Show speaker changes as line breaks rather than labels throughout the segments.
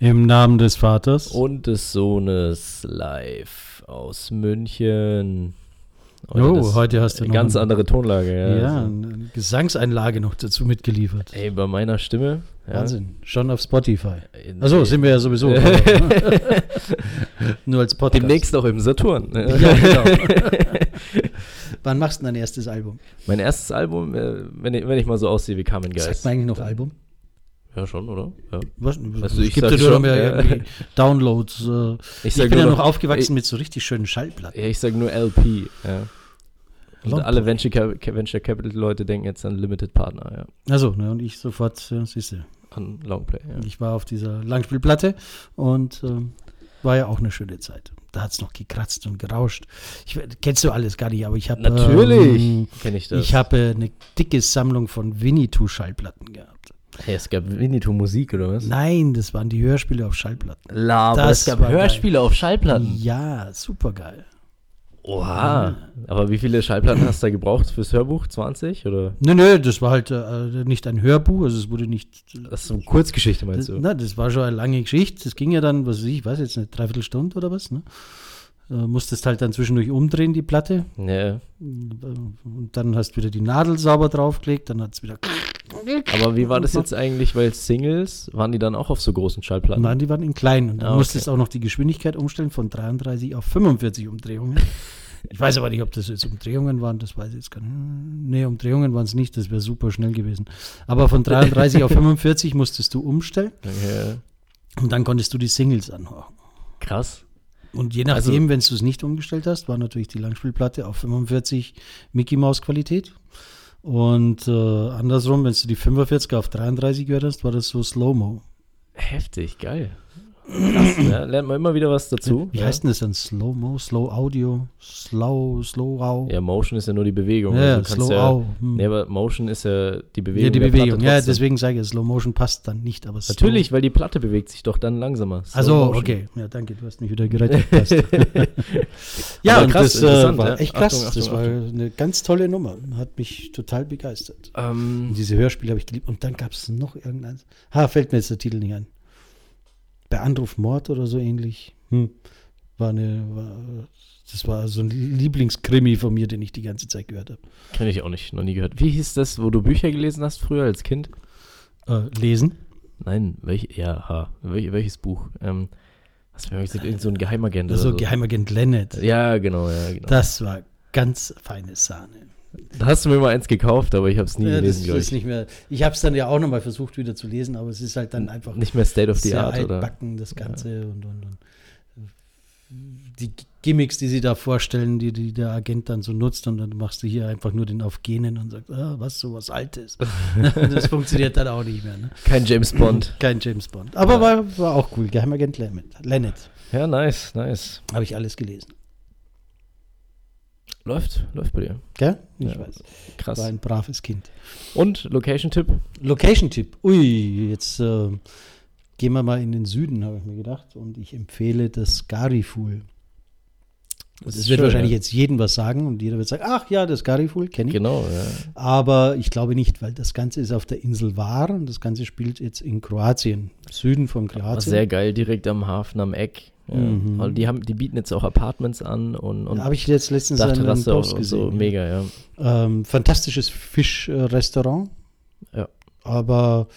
Im Namen des Vaters
und des Sohnes live aus München. Heute
Oh,
das-
heute hast du
äh,
noch
ganz
ein-
andere Tonlage. Ja,
ja,
Also,
eine Gesangseinlage noch dazu mitgeliefert.
ey, bei meiner Stimme. Ja,
Wahnsinn, schon auf Spotify.
Äh,
Achso,
nee.
sind wir ja sowieso. ne? Nur als Podcast.
Demnächst auch im Saturn. ne?
Ja, genau. Wann machst du dein erstes Album?
mein erstes Album, äh, wenn ich, wenn ich mal so aussehe wie Carmen
Sagt
Geist.
man eigentlich noch Album?
Ja, schon, oder? Ja.
Was?
Also ich
gibt
sag
ja nur noch
schon,
mehr
ja.
irgendwie Downloads. Äh. Ich,
sag
bin ja
nur
noch
noch-
aufgewachsen
ich-
mit so richtig schönen Schallplatten.
Ja, ich sage nur LP. Ja. Und
Long-
alle Venture, Cap Venture Capital Leute denken jetzt an Limited Partner, ja.
Also, ne, und ich sofort, ja, siehst du,
An Longplay, ja.
ich war auf dieser Langspielplatte und ähm, war ja auch eine schöne Zeit. Da hat es noch gekratzt und gerauscht. Ich, we- kennst du alles gar nicht, aber ich habe.
Natürlich
Ähm,
kenne ich das.
ich habe äh, eine dicke Sammlung von Winnie-Two-Schallplatten gehabt.
Hey, es gab Winnetou Musik oder was?
Nein, das waren die Hörspiele auf Schallplatten.
Laber,
Das
es gab
war geil.
Hörspiele auf Schallplatten.
Ja, super geil.
Oha. Aber wie viele Schallplatten hast du da gebraucht fürs Hörbuch? 20? Oder?
Nö, nö, das war halt äh, nicht ein Hörbuch, also es wurde nicht
Das ist so eine Kurzgeschichte, meinst
Das,
du?
na, das war schon eine lange Geschichte. Das ging ja dann, was weiß ich, weiß jetzt eine Dreiviertelstunde oder was. Ne? Äh, musstest halt dann zwischendurch umdrehen, die Platte.
Nee.
Und dann hast du wieder die Nadel sauber draufgelegt. Dann hat es wieder.
Aber wie war das jetzt eigentlich, weil Singles, waren die dann auch auf so großen Schallplatten?
Nein, die waren in klein. Und dann
Ah, okay.
musstest du auch noch die Geschwindigkeit umstellen von 33 auf 45 Umdrehungen. Ich weiß aber nicht, ob das jetzt Umdrehungen waren, das weiß ich jetzt gar nicht. Nee, Umdrehungen waren es nicht, das wäre super schnell gewesen. Aber von 33 auf 45 musstest du umstellen
Ja.
und dann konntest du die Singles anhören.
Krass.
Und je
Also-
nachdem, wenn du es nicht umgestellt hast, war natürlich die Langspielplatte auf 45 Mickey Maus Qualität. Und äh, andersrum, wenn du die 45 auf 33 gehört hast, war das so Slow-Mo.
Heftig, geil. Krass, ne? Lernt man immer wieder was dazu.
Wie
ja.
heißt denn das dann? Slow-Mo, Slow-Audio, Slow, Slow-Au.
Ja, Motion ist ja nur die Bewegung.
Ja, ja,
also du kannst
Slow
ja,
Au, hm.
Nee, aber Motion ist ja die Bewegung.
ja, die
der
Bewegung.
Platte
Ja,
trotzdem.
deswegen sage ich, Slow-Motion passt dann nicht, aber Slow
Natürlich, weil die Platte bewegt sich doch dann langsamer. Slow
Also,
Motion.
okay. Ja, danke, du hast mich wieder gerettet. Passt. ja,
Aber
und
krass,
das äh,
interessant,
war
ja.
echt krass.
Achtung, Achtung,
das war eine ganz tolle Nummer. Hat mich total begeistert.
Ähm,
Und diese Hörspiele habe ich geliebt. Und dann gab es noch irgendeins. Ha, fällt mir jetzt der Titel nicht ein. Bei Anruf Mord oder so ähnlich. Hm. War eine, war, das war so ein Lieblingskrimi von mir, den ich die ganze Zeit gehört
Kenne ich auch nicht, noch nie gehört. Wie hieß das, wo du Bücher gelesen hast früher als Kind?
habe. Äh, lesen?
Nein, welch, ja, ha, welch, welches Buch? Ähm, was mir gesagt, irgend so ein Geheimagent
Also
oder so.
Geheimagent Lennet.
Ja, genau, ja, genau. Da,
Das war ganz feine Sahne.
hast du mir mal eins gekauft, aber ich habe es nie
Ja, das
gelesen, glaube
ist
ich.
nicht mehr. Ich habe es dann ja auch nochmal versucht wieder zu lesen, aber es ist halt dann einfach
Nicht mehr State of the
sehr
Art, oder?
altbacken, das Ganze und, und, und die G- Gimmicks, die sie da vorstellen, die, die der Agent dann so nutzt und dann machst du hier einfach nur den auf Genen und sagst, ah, was, so was Altes. das funktioniert dann auch nicht mehr. Ne?
Kein James Bond.
Kein James Bond. Aber war, war auch cool. Geheimagent Lennet. Lennet.
Ja, nice, nice.
Habe ich alles gelesen.
Läuft, läuft bei dir.
Gell? Ich
Ja.
weiß.
Krass.
War ein braves Kind.
Und Location-Tipp?
Location-Tipp. Ui, jetzt äh, gehen wir mal in den Süden, habe ich mir gedacht. Und ich empfehle das Gariful. Das, wird
schön,
wahrscheinlich
ja.
jetzt jedem was sagen und jeder wird sagen, ach ja, das Gariful kenne ich.
Genau, ja.
Aber ich glaube nicht, weil das Ganze ist auf der Insel Var und das Ganze spielt jetzt in Kroatien, im Süden von
War
Kroatien.
sehr geil, direkt am Hafen, am Eck. Ja.
Mhm.
Also die, haben, die bieten jetzt auch Apartments an und, und
Da habe ich jetzt letztens einen, einen
Dachterrasse
Post
und so.
gesehen. ja.
Mega, ja.
Ähm, fantastisches Fischrestaurant.
Ja.
Aber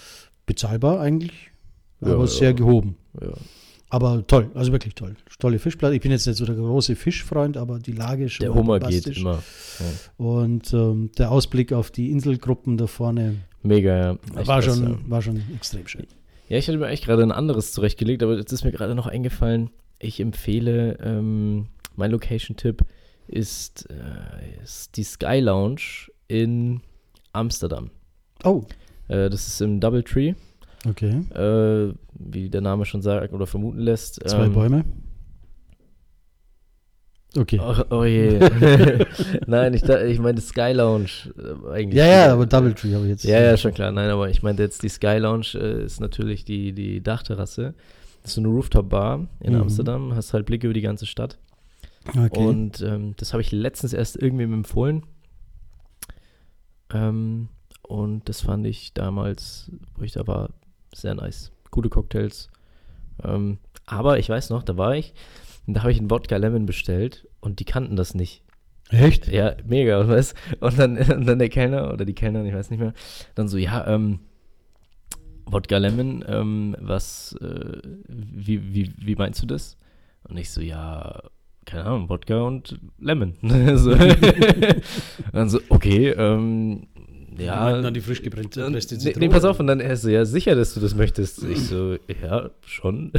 bezahlbar eigentlich,
Ja,
aber
ja.
sehr gehoben.
ja.
Aber toll, also wirklich toll. Tolle Fischplatte. Ich bin jetzt nicht so der große Fischfreund, aber die Lage ist schon
Der Hummer geht
bombastisch.
immer.
Und ähm, der Ausblick auf die Inselgruppen da vorne
Mega, ja. Echt
war
krass,
schon,
ja.
war schon extrem schön.
Ja, ich hatte mir eigentlich gerade ein anderes zurechtgelegt, aber jetzt ist mir gerade noch eingefallen. Ich empfehle, ähm, mein Location-Tipp ist, äh, ist die Sky Lounge in Amsterdam.
Oh,
Äh, das ist im Doubletree,
okay.
äh, wie der Name schon sagt oder vermuten lässt.
Zwei
ähm,
Bäume. Okay.
Oh, oh je. Nein, ich, da- ich meine Sky Lounge äh, eigentlich.
ja, ja, aber Doubletree habe ich jetzt.
Ja, ja, schon klar. Nein, aber ich meinte jetzt, die Sky Lounge äh, ist natürlich die, die Dachterrasse. Das ist so eine Rooftop-Bar in
Mhm.
Amsterdam. Hast halt Blick über die ganze Stadt.
Okay.
Und ähm, das habe ich letztens erst irgendwem empfohlen. Ähm, und das fand ich damals, wo ich da war, sehr nice. Gute Cocktails. Ähm, aber ich weiß noch, da war ich und da habe ich einen Wodka Lemon bestellt und die kannten das nicht.
Echt?
Ja, mega, und weißt Und dann, und dann der Kellner oder die Kellnerin, ich weiß nicht mehr, dann so, ja, ähm, Wodka Lemon, ähm, was, äh, wie, wie, wie meinst du das? Und ich so, ja, keine Ahnung, Wodka und Lemon. so. dann so, okay, ähm, ja.
Dann die frisch gebrannte
Und-
gepresste
Äh, Nee, nee,
Zitrone.
ne, pass auf, und dann er so, ja, sicher, dass du das möchtest. Ich so, ja, schon.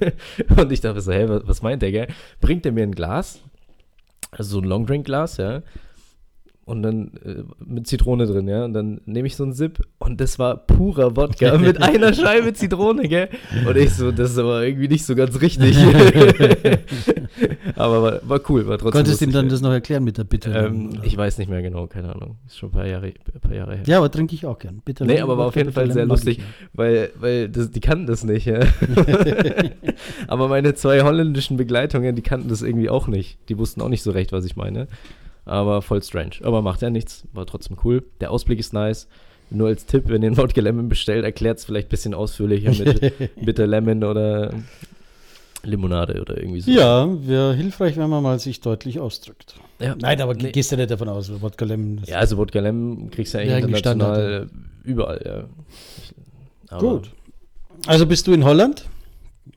und ich dachte so, hä, was, was meint der, gell? Bringt er mir ein Glas, also so ein Longdrinkglas, ja, und dann äh, mit Zitrone drin, ja, und dann nehme ich so einen Sip und das war purer Wodka mit einer Scheibe Zitrone, gell? Und ich so, das ist aber irgendwie nicht so ganz richtig. aber war, war cool, war trotzdem
Konntest du ihm
lustig,
dann das noch erklären mit der Bitte?
ja. ähm, Ich weiß nicht mehr genau, keine Ahnung, ist schon ein paar Jahre, ein paar Jahre her.
ja, aber trinke ich auch gern. Bitte.
Nee, aber war auf jeden Fall sehr lustig, weil, weil das, die kannten das nicht. Ja. aber meine zwei holländischen Begleitungen, die kannten das irgendwie auch nicht. Die wussten auch nicht so recht, was ich meine. Aber voll strange. Aber macht ja nichts, war trotzdem cool. Der Ausblick ist nice. Nur als Tipp, wenn ihr einen Wodka Lemon bestellt, erklärt es vielleicht ein bisschen ausführlicher mit Bitter Lemon oder Limonade oder irgendwie so.
Ja, wäre hilfreich, wenn man mal sich deutlich ausdrückt.
Ja.
Nein, aber
Nee.
gehst du nicht davon aus, Wodka Lemon. das-
Ja, also Wodka Lemon kriegst du ja
Ja,
eigentlich
eigentlich
international äh, überall. Ja. Aber-
Gut. Also bist du in Holland,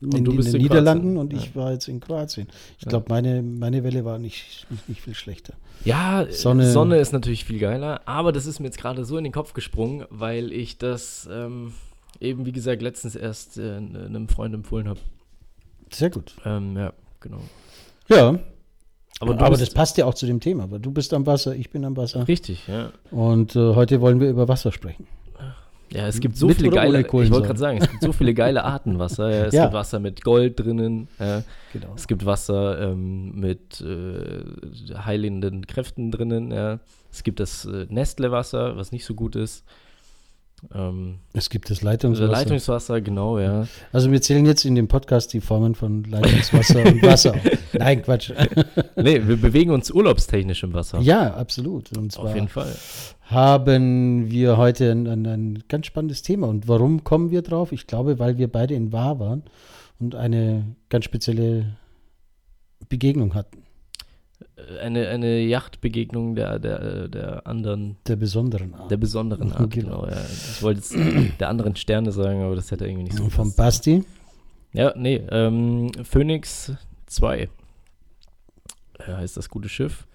Und
in,
du bist
in den
in
Niederlanden
Kroatien.
und
Ja.
ich war jetzt in Kroatien. Ich
Ja.
glaube, meine, meine Welle war nicht, nicht, nicht viel schlechter.
Ja, äh,
Sonne-
Sonne ist natürlich viel geiler, aber das ist mir jetzt gerade so in den Kopf gesprungen, weil ich das ähm, eben, wie gesagt, letztens erst äh, n- einem Freund empfohlen habe.
Sehr gut.
Ähm, ja, genau.
Ja,
Aber, du
das
bist
passt ja auch zu dem Thema. Aber du bist am Wasser, ich bin am Wasser.
richtig, ja.
Und äh, heute wollen wir über Wasser sprechen.
Ja, es gibt so
Mit
viele
oder
geile,
ohne
ich wollte
Kohlensäure?
gerade sagen, es gibt so viele geile Arten Wasser. Ja, es
Ja.
gibt Wasser mit Gold drinnen, äh,
Genau.
es gibt Wasser ähm, mit äh, heilenden Kräften drinnen, ja. Es gibt das äh, Nestle-Wasser, was nicht so gut ist. Ähm,
Es gibt das
also
Leitungswasser.
Leitungswasser, genau, ja.
Also wir zählen jetzt in dem Podcast die Formen von Leitungswasser und Wasser. auf. Nein, Quatsch.
Nee, wir bewegen uns urlaubstechnisch im Wasser.
Ja, absolut. Und
Auf
zwar
jeden Fall.
haben wir heute ein, ein, ein ganz spannendes Thema. Und warum kommen wir drauf? Ich glaube, weil wir beide in Wahr waren und eine ganz spezielle Begegnung hatten,
Äh, Eine, eine Yachtbegegnung der, der, der anderen,
der besonderen Art.
der besonderen Art, genau. ja. Ich wollte jetzt der anderen Sterne sagen, aber das hätte irgendwie nicht so
Vom
gepasst.
Basti.
Ja, nee, ähm, Phoenix 2 ja, heißt das gute Schiff.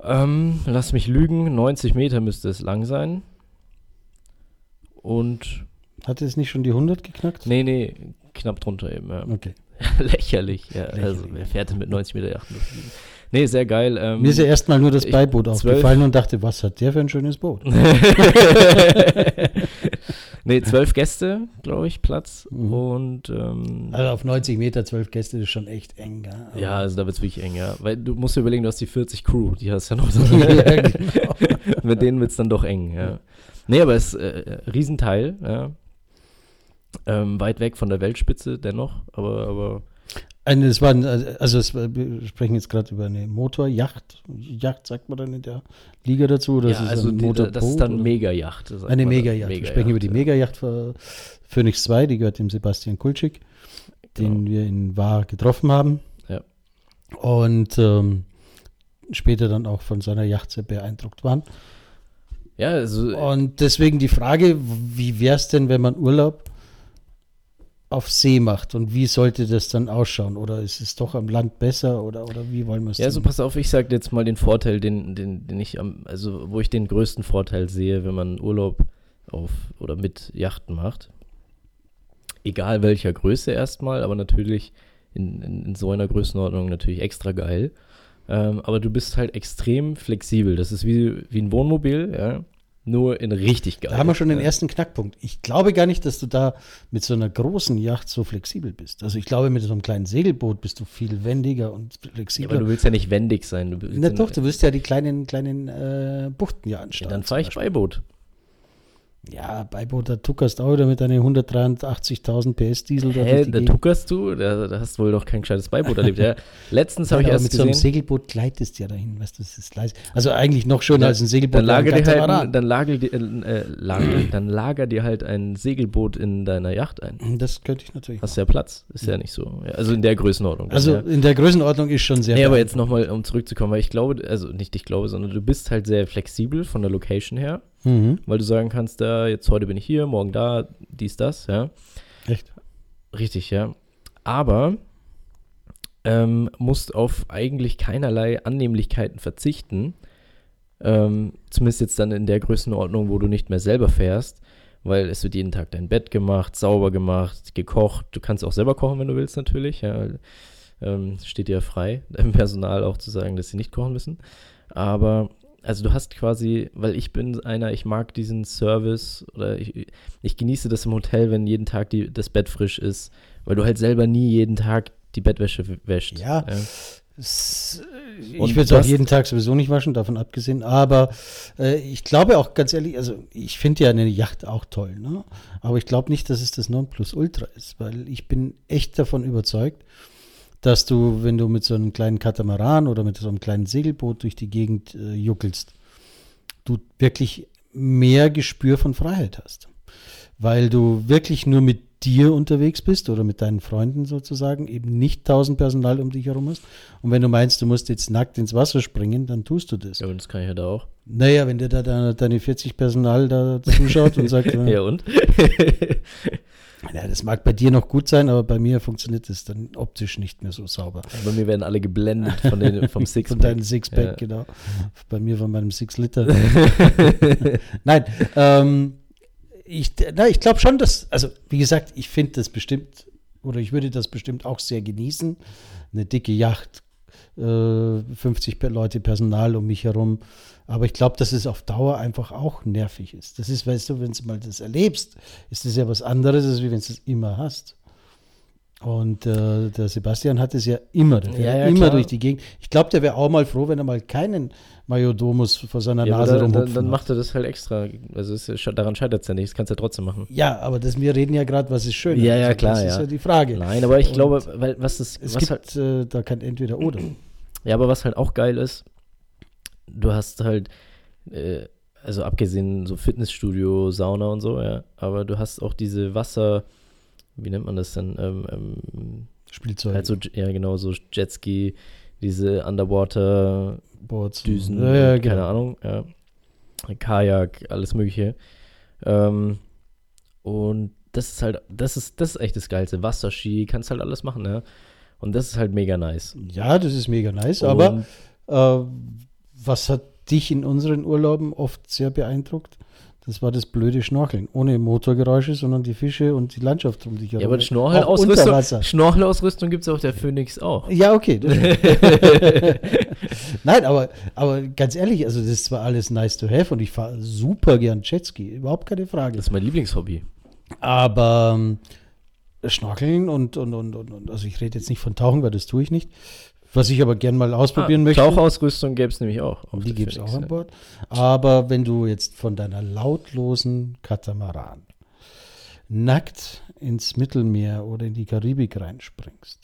Ähm, lass mich lügen, 90 Meter müsste es lang sein. Und,
Hatte es nicht schon die 100 geknackt?
nee, nee, knapp drunter eben, ja.
Okay.
Lächerlich, ja. Also,
Lächerlich.
wer fährt denn mit 90 Meter Yacht? Nee, sehr geil. Ähm,
Mir ist ja erstmal nur das
ich-
Beiboot
zwölf-
aufgefallen und dachte, was hat der für ein schönes Boot?
nee, zwölf Gäste, glaube ich, Platz.
Mhm.
Und ähm,
Also auf 90 Meter, 12 Gäste ist schon echt eng. gell? Aber-
ja, also da wird es wirklich eng, ja. Weil du musst dir überlegen, du hast die 40 Crew, die hast ja noch so.
Ja, genau.
Mit denen wird es dann doch eng, ja. Nee, aber es ist äh, ein Riesenteil, ja. Ähm, weit weg von der Weltspitze dennoch, aber, aber
Eine, es war, ein- also es, war- wir sprechen jetzt gerade über eine Motorjacht. Yacht sagt man dann in der Liga dazu oder
ja,
es ist
also
ein
die,
Motorboot?
das ist dann
oder?
Megajacht. sagt
eine
man dann.
Megajacht. Wir sprechen über die
ja.
Megajacht für Phoenix 2, die gehört dem Sebastian Kulczyk, den wir in Waar getroffen haben.
Genau. Ja.
Und ähm, später dann auch von seiner Yacht sehr beeindruckt waren.
Ja, also
Und deswegen die Frage, wie wäre es denn, wenn man Urlaub auf See macht und wie sollte das dann ausschauen? Oder ist es doch am Land besser oder, oder wie wollen wir es
Ja,
denn?
so pass auf, ich sag dir jetzt mal den Vorteil, den, den, den ich am, also wo ich den größten Vorteil sehe, wenn man Urlaub auf oder mit Yachten macht. Egal welcher Größe erstmal, aber natürlich in, in, in so einer Größenordnung natürlich extra geil. Ähm, aber du bist halt extrem flexibel. Das ist wie, wie ein Wohnmobil, ja. Nur in richtig geil.
Da haben wir schon den
Ja.
ersten Knackpunkt. Ich glaube gar nicht, dass du da mit so einer großen Yacht so flexibel bist. Also ich glaube, mit so einem kleinen Segelboot bist du viel wendiger und
Ja, aber
flexibler.
du willst ja nicht wendig sein. Du willst
Na
ja-
doch, du wirst ja die kleinen, kleinen äh, Buchten ja
ja,
anschauen.
dann
zum
fahr ich
Beispiel.
Beiboot.
Ja, Beiboot, da tuckerst auch wieder mit deinen 183.000 PS Diesel. da
Hä,
durch die
da
Gegend.
tuckerst du? Da, da hast du wohl noch kein gescheites Beiboot erlebt. Ja, letztens habe
Nein,
ich
aber
erst
mit so einem
gesehen,
Segelboot gleitest ja dahin, weißt du, das ist leise. Also eigentlich noch schöner als ein Segelboot.
dann lager,
oder ein
dir halt,
Katamaran.
dann, lager, dir- äh, lager, dann lager dir halt ein Segelboot in deiner Yacht ein.
Das könnte ich natürlich.
Hast ja Platz. Ist ja nicht so. Ja, also in der Größenordnung.
Mhm. Also
ja.
in der Größenordnung ist schon sehr.
Nee, aber
beeindruckend.
jetzt nochmal, um zurückzukommen, weil ich glaube, also nicht ich glaube, sondern du bist halt sehr flexibel von der Location her,
Mhm.
weil du sagen kannst, da, jetzt heute bin ich hier, morgen da, dies, das, ja.
Echt?
Richtig, ja. Aber ähm, musst auf eigentlich keinerlei Annehmlichkeiten verzichten. Ähm, zumindest jetzt dann in der Größenordnung, wo du nicht mehr selber fährst, weil es wird jeden Tag dein Bett gemacht, sauber gemacht, gekocht. Du kannst auch selber kochen, wenn du willst, natürlich. Ja. Ähm, steht dir ja frei, deinem Personal auch zu sagen, dass sie nicht kochen müssen. Aber, also du hast quasi, weil ich bin einer, ich mag diesen Service oder ich, ich genieße das im Hotel, wenn jeden Tag die, das Bett frisch ist, weil du halt selber nie jeden Tag die Bettwäsche w- wäscht.
Ja.
ja.
S- äh,
Und
Ich würde es auch
das-
jeden Tag sowieso nicht waschen, davon abgesehen. Aber äh, ich glaube auch ganz ehrlich, also ich finde ja eine Yacht auch toll, ne? aber ich glaube nicht, dass es das Nonplusultra ist, weil ich bin echt davon überzeugt, dass du, wenn du mit so einem kleinen Katamaran oder mit so einem kleinen Segelboot durch die Gegend äh, juckelst, du wirklich mehr Gespür von Freiheit hast. Weil du wirklich nur mit dir unterwegs bist oder mit deinen Freunden sozusagen, eben nicht tausend Personal um dich herum hast. Und wenn du meinst, du musst jetzt nackt ins Wasser springen, dann tust du das.
ja, und das kann ich ja da auch.
Naja, wenn dir da deine, deine 40 Personal da zuschaut und sagt,
Ja,
ja,
und?
das mag bei dir noch gut sein, aber bei mir funktioniert das dann optisch nicht mehr so sauber.
Bei mir werden alle geblendet von den, vom Sixpack.
Von deinem Sixpack,
Ja.
genau. Bei mir von meinem Six-Liter. Nein, ähm, ich, na, ich glaube schon, dass, also wie gesagt, ich finde das bestimmt, oder ich würde das bestimmt auch sehr genießen. Eine dicke Yacht, äh, 50 Pe- Leute Personal um mich herum. Aber ich glaube, dass es auf Dauer einfach auch nervig ist. Das ist, weißt du, wenn du mal das erlebst, ist das ja was anderes, als wie wenn du es immer hast. Und äh, der Sebastian hat es ja immer, der fährt
Ja, ja,
immer
klar.
durch die Gegend. Ich glaube, der wäre auch mal froh, wenn er mal keinen Majordomus vor seiner
Ja, aber
Nase
dann, dann,
rumhupfen
dann
hat.
macht er das halt extra. Also es ist, ja- daran scheitert es ja nicht. Das kannst du ja trotzdem machen.
Ja, aber das, wir reden ja gerade, was ist schön. Also,
Ja, ja, klar,
Das
ja.
ist ja die Frage.
Nein, aber ich
Und
glaube, weil was ist,
es
was
gibt
halt,
äh, da kein entweder oder.
ja, aber was halt auch geil ist, du hast halt, äh, also abgesehen so Fitnessstudio, Sauna und so, ja, aber du hast auch diese Wasser, wie nennt man das denn? Ähm, ähm,
Spielzeug,
halt so, ja genau, so Jetski, diese Underwater
Boards,
Düsen,
Ja, ja,
und keine
genau.
Ahnung, ja. Kajak, alles Mögliche. Ähm, und das ist halt, das ist, das ist echt das Geilste. Wasserski, kannst halt alles machen, ja. Und das ist halt mega nice.
Ja, das ist mega nice, aber
Und
äh, was hat dich in unseren Urlauben oft sehr beeindruckt? Das war das blöde Schnorcheln. Ohne Motorgeräusche, sondern die Fische und die Landschaft um dich herum.
ja, aber
Auch unter Wasser.
Schnorchelausrüstung, Schnorchelausrüstung gibt es auf der Phoenix auch.
Ja, okay. Das Nein, aber, aber ganz ehrlich, also das ist zwar alles nice to have und ich fahre super gern Jetski, überhaupt keine Frage.
Das ist mein Lieblingshobby.
Aber ähm, Schnorcheln und, und, und, und, und, also ich rede jetzt nicht von Tauchen, weil das tue ich nicht. Was ich aber gern mal ausprobieren möchte.
Tauchausrüstung gäbe es nämlich auch. auf
Die
der
gibt es
Phoenix,
auch an
Ah, ja.
Bord. Aber wenn du jetzt von deiner lautlosen Katamaran nackt ins Mittelmeer oder in die Karibik reinspringst,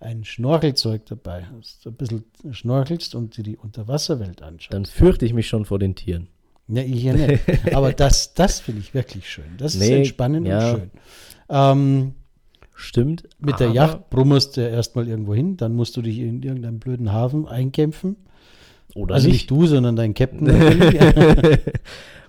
ein Schnorchelzeug dabei hast, ein bisschen schnorchelst und dir die Unterwasserwelt anschaust.
Dann fürchte ich mich schon vor den Tieren.
Ja, ich ja nicht. Aber das, das finde ich wirklich schön. Das ist
Nee,
entspannend
ja.
und schön. Ähm,
Stimmt.
mit der
aber-
Yacht brummerst du ja erstmal irgendwo hin, dann musst du dich in irgendeinen blöden Hafen einkämpfen.
Oder
Also
nicht.
nicht du, sondern dein Captain. natürlich.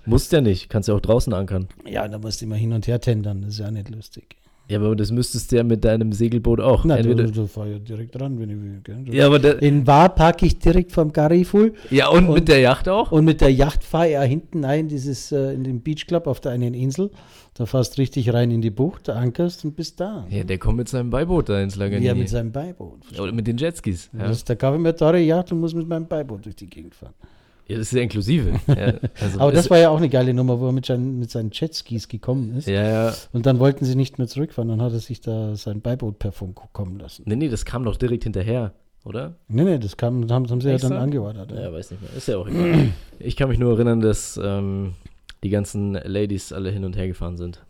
Musst ja nicht. Kannst ja auch draußen ankern.
Ja, da musst du immer hin und her tendern, das ist ja nicht lustig.
Ja, aber das müsstest du ja mit deinem Segelboot auch.
Na, du,
Entweder,
du fahr ja direkt ran, wenn ich will. Gell? Du-
ja, aber da,
In War parke ich direkt vom Gariful
ja, und, mit der Yacht auch?
und mit der Yacht fahre ich auch hinten ein, dieses, äh, in den Beach Club auf der einen Insel. Da fährst richtig rein in die Bucht, ankerst und bist da.
Ja, der kommt mit seinem Beiboot da ins Lager.
Ja, mit seinem Beiboot.
Oder mit den Jetskis. Ja.
Das ist der Kaffee mir teure Yacht und muss mit meinem Beiboot durch die Gegend fahren.
Ja, das ist ja inklusive. ja, also
Aber das
ist-
war ja auch eine geile Nummer, wo er mit seinen, mit seinen Jetskis gekommen ist.
Ja, ja.
Und dann wollten sie nicht mehr zurückfahren, dann hat er sich da sein Beiboot per Funk kommen lassen.
Nee, nee, das kam doch direkt hinterher, oder?
Nee, nee, das kam, haben, haben sie ja
Extra?
dann angeordnet.
Ja, weiß nicht mehr. Ist ja auch egal. ich kann mich nur erinnern, dass ähm, die ganzen Ladies alle hin und her gefahren sind.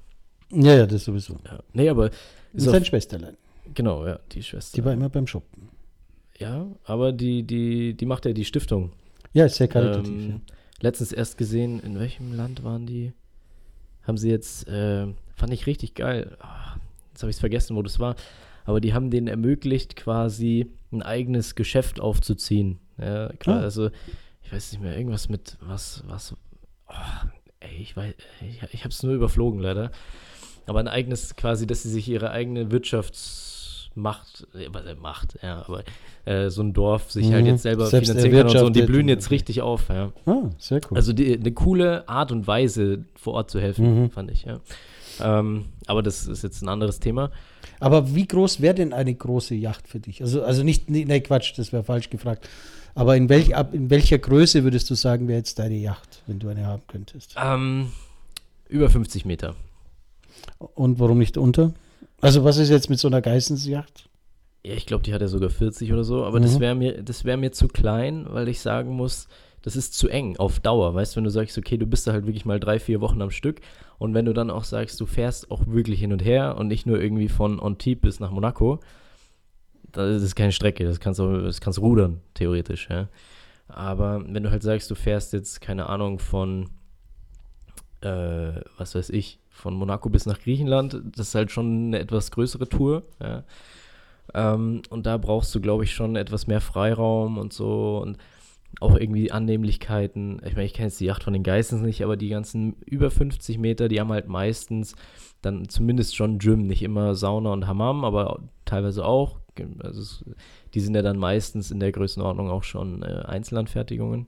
Ja, ja, das sowieso.
Ja. Nee, aber
Und
ist auf,
sein Schwesterlein.
genau, ja, die
Die
Schwester.
war immer beim Shoppen.
ja, aber die, die, die macht ja die Stiftung.
Ja, ist sehr karitativ.
Ähm, Letztens erst gesehen, in welchem Land waren die? Haben sie jetzt, äh, fand ich richtig geil. Ah, Jetzt habe ich es vergessen, wo das war. Aber die haben denen ermöglicht, quasi ein eigenes Geschäft aufzuziehen. Ja, klar,
Ah.
also ich weiß nicht mehr, irgendwas mit was, was. ah, ey, ich weiß, ich, ich habe es nur überflogen leider. Aber ein eigenes, quasi, dass sie sich ihre eigene Wirtschaftsmacht, äh, was, äh, Macht, ja, aber äh, so ein Dorf sich halt
Mhm.
jetzt selber
Selbst
finanzieren kann und so. Und die
erwirtschaftet.
blühen jetzt richtig auf, ja.
ja. Ah, sehr cool.
Also die, eine coole Art und Weise, vor Ort zu helfen,
Mhm.
fand ich, ja. Ähm, aber das ist jetzt ein anderes Thema.
Aber wie groß wäre denn eine große Yacht für dich? Also, also nicht, nee, nee, Quatsch, das wäre falsch gefragt. Aber in, welch, ab, in welcher Größe würdest du sagen, wäre jetzt deine Yacht, wenn du eine haben könntest?
Ähm, über 50 Meter.
Und warum nicht unter? Also, was ist jetzt mit so einer Geistensjacht?
Ja, ich glaube, die hat ja sogar 40 oder so, aber
Mhm.
das wäre mir, das wäre mir zu klein, weil ich sagen muss, das ist zu eng auf Dauer. Weißt du, wenn du sagst, okay, du bist da halt wirklich mal drei, vier Wochen am Stück und wenn du dann auch sagst, du fährst auch wirklich hin und her und nicht nur irgendwie von Antibes bis nach Monaco, das ist keine Strecke, das kannst du, das kannst du rudern, theoretisch, ja. Aber wenn du halt sagst, du fährst jetzt, keine Ahnung, von, äh, was weiß ich, von Monaco bis nach Griechenland, das ist halt schon eine etwas größere Tour, ja. Ähm, und da brauchst du, glaube ich, schon etwas mehr Freiraum und so und auch irgendwie Annehmlichkeiten. Ich meine, ich kenne jetzt die Yacht von den Geistens nicht, aber die ganzen über 50 Meter, die haben halt meistens dann zumindest schon Gym, nicht immer Sauna und Hammam, aber teilweise auch. Also es, die sind ja dann meistens in der Größenordnung auch schon äh, Einzelanfertigungen.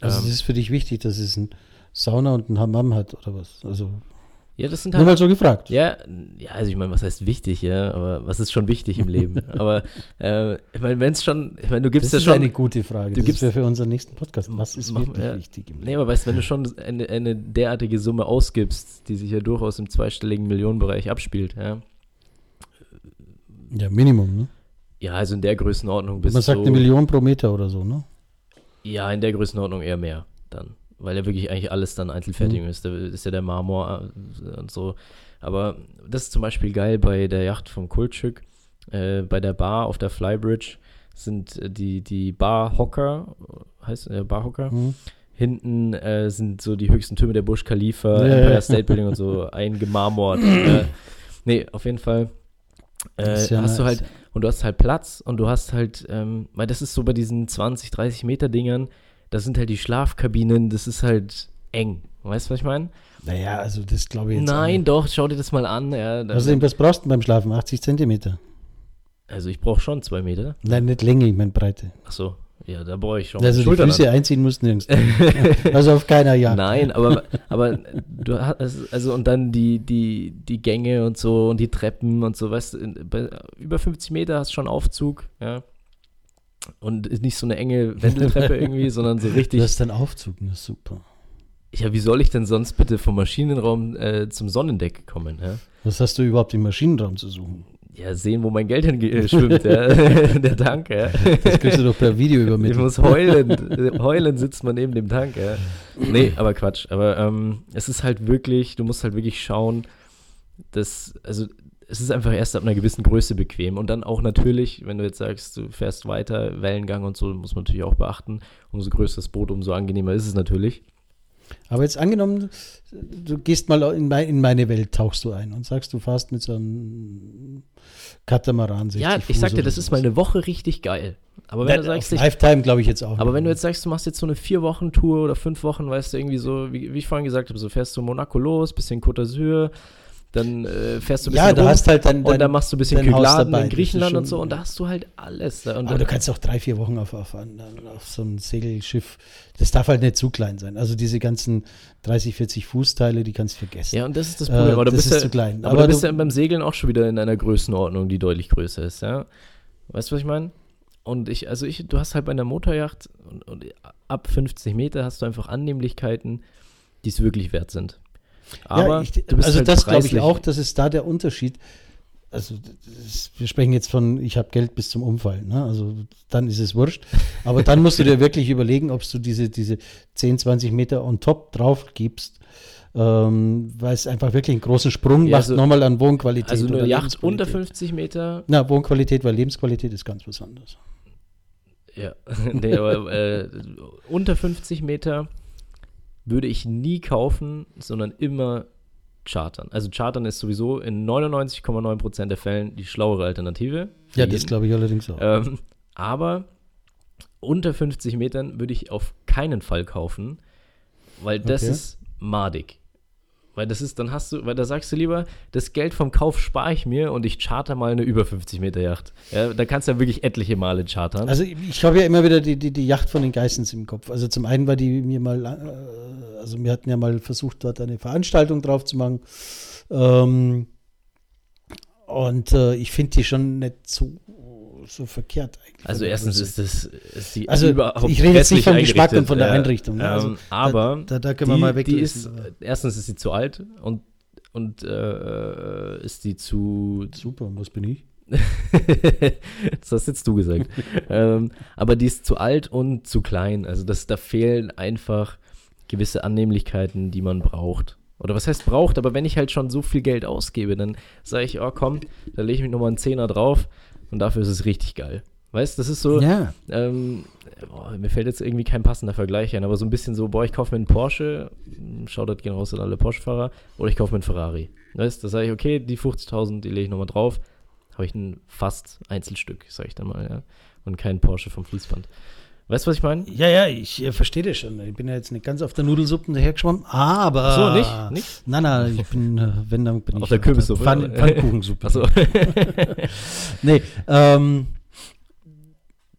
Also,
Ähm,
es ist für dich wichtig, dass es ein Sauna und ein Hammam hat oder was? Also,
ja, das sind
nur
halt
mal so gefragt.
Ja, ja, also ich meine, was heißt wichtig, ja? Aber was ist schon wichtig im Leben? Aber äh, ich meine, wenn es schon, ich meine, du gibst
das ist
ja schon.
eine gute Frage.
du
das
gibst-
gibst, wäre für unseren nächsten Podcast. Was ist
Mach-
wirklich
ja.
wichtig im Leben?
Nee, aber weißt du, wenn du schon eine, eine derartige Summe ausgibst, die sich ja durchaus im zweistelligen Millionenbereich abspielt, ja.
Ja, Minimum, ne?
Ja, also in der Größenordnung bist
Man sagt
du.
eine Million pro Meter oder so, ne?
Ja, in der Größenordnung eher mehr dann. Weil ja wirklich eigentlich alles dann Einzelfertigung
Mhm.
ist. Da ist ja der Marmor äh, und so. Aber das ist zum Beispiel geil bei der Yacht vom Kultschück. Äh, bei der Bar auf der Flybridge sind äh, die, die Barhocker, äh, heißt der Barhocker?
Mhm.
Hinten äh, sind so die höchsten Türme der Burj Khalifa,
Ja, ja.
Empire State Building und so eingemarmort. äh, nee, auf jeden Fall. Äh,
Ist ja
hast du
nice.
halt, und du hast halt Platz und du hast halt, ähm, weil das ist so bei diesen 20, 30 Meter Dingern, das sind halt die Schlafkabinen, das ist halt eng. Weißt du, was ich meine?
Naja, also, das glaube ich jetzt. auch
Nein, doch, schau dir das mal an. Ja, da,
Also, was brauchst du denn beim Schlafen? 80 Zentimeter.
also ich brauche schon zwei Meter.
Nein, nicht Länge, ich meine Breite.
Ach so, ja, da brauche ich schon
also die
Schultern an.
Füße einziehen musst nirgends. also auf keiner Jagd.
Nein, aber, aber du hast, also und dann die, die, die Gänge und so und die Treppen und so, weißt du, in- bei über 50 Meter hast schon Aufzug, ja. Und ist nicht so eine enge Wendeltreppe irgendwie, sondern so
Du
richtig.
hast einen Aufzug, das ist super.
Ja, wie soll ich denn sonst bitte vom Maschinenraum äh, zum Sonnendeck kommen? Ja?
Was hast du überhaupt im Maschinenraum zu suchen?
ja, sehen, wo mein Geld hinschwimmt, ja. der Tank, ja.
Das kriegst du doch per Video
Ich
übermittelt.
muss heulen. heulen sitzt man neben dem Tank, ja. Nee, aber Quatsch. Aber ähm, es ist halt wirklich, du musst halt wirklich schauen, dass, also es ist einfach erst ab einer gewissen Größe bequem. Und dann auch natürlich, wenn du jetzt sagst, du fährst weiter, Wellengang und so, muss man natürlich auch beachten. Umso größer das Boot, umso angenehmer ist es natürlich.
Aber jetzt angenommen, du gehst mal in, mein, in meine Welt, tauchst du ein und sagst, du fährst mit so einem Katamaran. 60
ja, ich
Fuß
sag dir,
oder
das ist mal
sowas.
eine Woche richtig geil. Aber wenn du
Nein,
sagst,
auf
ich
Lifetime glaube ich jetzt auch.
Aber
nicht.
wenn du jetzt sagst, du machst jetzt so eine vier Wochen Tour oder fünf Wochen, weißt du, irgendwie so, wie, wie ich vorhin gesagt habe, so fährst du Monaco los, bisschen Côte d'Azur, dann äh, fährst du ein bisschen
ja, da
rum
hast halt dann,
und dann machst du ein bisschen
dein Haus
Kykladen
dabei, das
in
ist
Griechenland und
schon-
so und da hast du halt alles. Da. Und
Aber du
da-
kannst auch drei, vier Wochen auf, auf, auf so einem Segelschiff, das darf halt nicht zu klein sein. Also diese ganzen 30, 40 Fußteile, die kannst du vergessen.
ja, und das ist das
Äh,
Problem. aber du
das
bist
ist
ja,
zu klein.
Aber,
Aber
du bist
du-
ja beim Segeln auch schon wieder in einer Größenordnung, die deutlich größer ist, ja. Weißt du, was ich meine? Und ich, also ich, du hast halt bei einer Motorjacht und, und ab 50 Meter hast du einfach Annehmlichkeiten, die es wirklich wert sind. Aber
ja, ich,
du bist
also
halt
das glaube ich
preislich
auch, das ist da der Unterschied. also das ist- wir sprechen jetzt von, ich habe Geld bis zum Umfallen, ne? also dann ist es wurscht. Aber dann musst du dir wirklich überlegen, ob du diese, diese 10, 20 Meter on top drauf gibst, ähm, weil es einfach wirklich einen großen Sprung
Ja,
macht,
also-
nochmal an Wohnqualität.
Also eine
oder
Yacht unter
Lebensqualität.
50 Meter.
Na, Wohnqualität, weil Lebensqualität ist ganz was anderes.
Ja, nee, aber, äh, unter 50 Meter würde ich nie kaufen, sondern immer chartern. Also chartern ist sowieso in 99,9% der Fällen die schlauere Alternative. für
Ja, das
jeden.
glaube ich allerdings auch.
Ähm, aber unter 50 Metern würde ich auf keinen Fall kaufen, weil das
Okay.
ist madig. Weil das ist, dann hast du, weil da sagst du lieber, das Geld vom Kauf spare ich mir und ich charter mal eine über 50 Meter Yacht. Ja, da kannst du ja wirklich etliche Male chartern.
Also ich- ich habe ja immer wieder die, die, die Yacht von den Geissens im Kopf. Also zum einen war die mir mal, äh, also wir hatten ja mal versucht, dort eine Veranstaltung drauf zu machen. Ähm, und äh, ich finde die schon nicht so, so verkehrt eigentlich.
Also erstens ist das ist die
Also,
überhaupt
ich rede jetzt nicht
hässlich
vom Geschmack und
eingerichtet.
von der
Äh,
Einrichtung, ne? Also,
ähm, aber
da, da können wir
die,
mal weg.
die ist erstens ist sie zu alt und und äh, ist die zu
Super, was bin ich?
das hast jetzt du gesagt. ähm, aber die ist zu alt und zu klein. Also das, da fehlen einfach gewisse Annehmlichkeiten, die man braucht. Oder was heißt braucht, aber wenn ich halt schon so viel Geld ausgebe, dann sage ich, oh komm, da lege ich mir nochmal einen Zehner drauf und dafür ist es richtig geil. Weißt, das ist so,
Ja,
ähm, boah, mir fällt jetzt irgendwie kein passender Vergleich ein, aber so ein bisschen so, boah, ich kaufe mir einen Porsche, mh, Shoutout gehen raus an alle Porsche-Fahrer, oder ich kaufe mir einen Ferrari. Weißt, da sage ich, okay, die 50.000, die lege ich nochmal drauf, habe ich ein fast Einzelstück, sage ich dann mal, ja, und kein Porsche vom Fließband. Weißt du, was ich meine?
ja, ja, ich äh, verstehe das schon. Ich bin ja jetzt nicht ganz auf der Nudelsuppe dahergeschwommen, aber.
So, nicht? Nicht?
Nein, nein, ich bin, äh, wenn, dann bin
Auf
ich
der Kürbissuppe,
Pfann,
oder?
Pfannkuchensuppe.
Also,
Nee, ähm,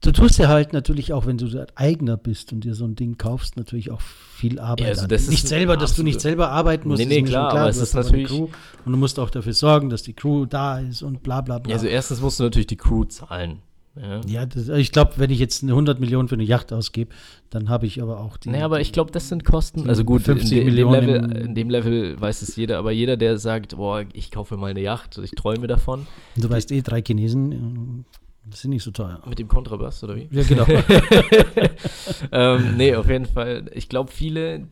du tust ja halt natürlich auch, wenn du dein eigener bist und dir so ein Ding kaufst, natürlich auch viel Arbeit.
Ja, also
an.
das ist
nicht
ein
selber, dass du
absolut-
nicht selber arbeiten musst.
Nee,
ist
nee,
mir schon
klar, aber es
du
ist
hast aber eine
natürlich-
Crew und du musst auch dafür sorgen, dass die Crew da ist und bla bla bla.
also erstens musst du natürlich die Crew zahlen. Ja.
ja, das, also ich glaube, wenn ich jetzt eine 100 Millionen für eine Yacht ausgebe, dann habe ich aber auch die.
Naja, aber ich glaube, das sind Kosten.
Die
Also gut, in,
50
de, in, dem
Millionen
Level,
im-
in dem Level weiß es jeder, aber jeder, der sagt, boah, ich kaufe mir mal eine Yacht, ich träume davon,
du weißt eh, drei Chinesen äh, sind nicht so teuer.
mit dem Kontrabass oder wie?
Ja, genau.
ähm, nee, auf jeden Fall. Ich glaube, viele,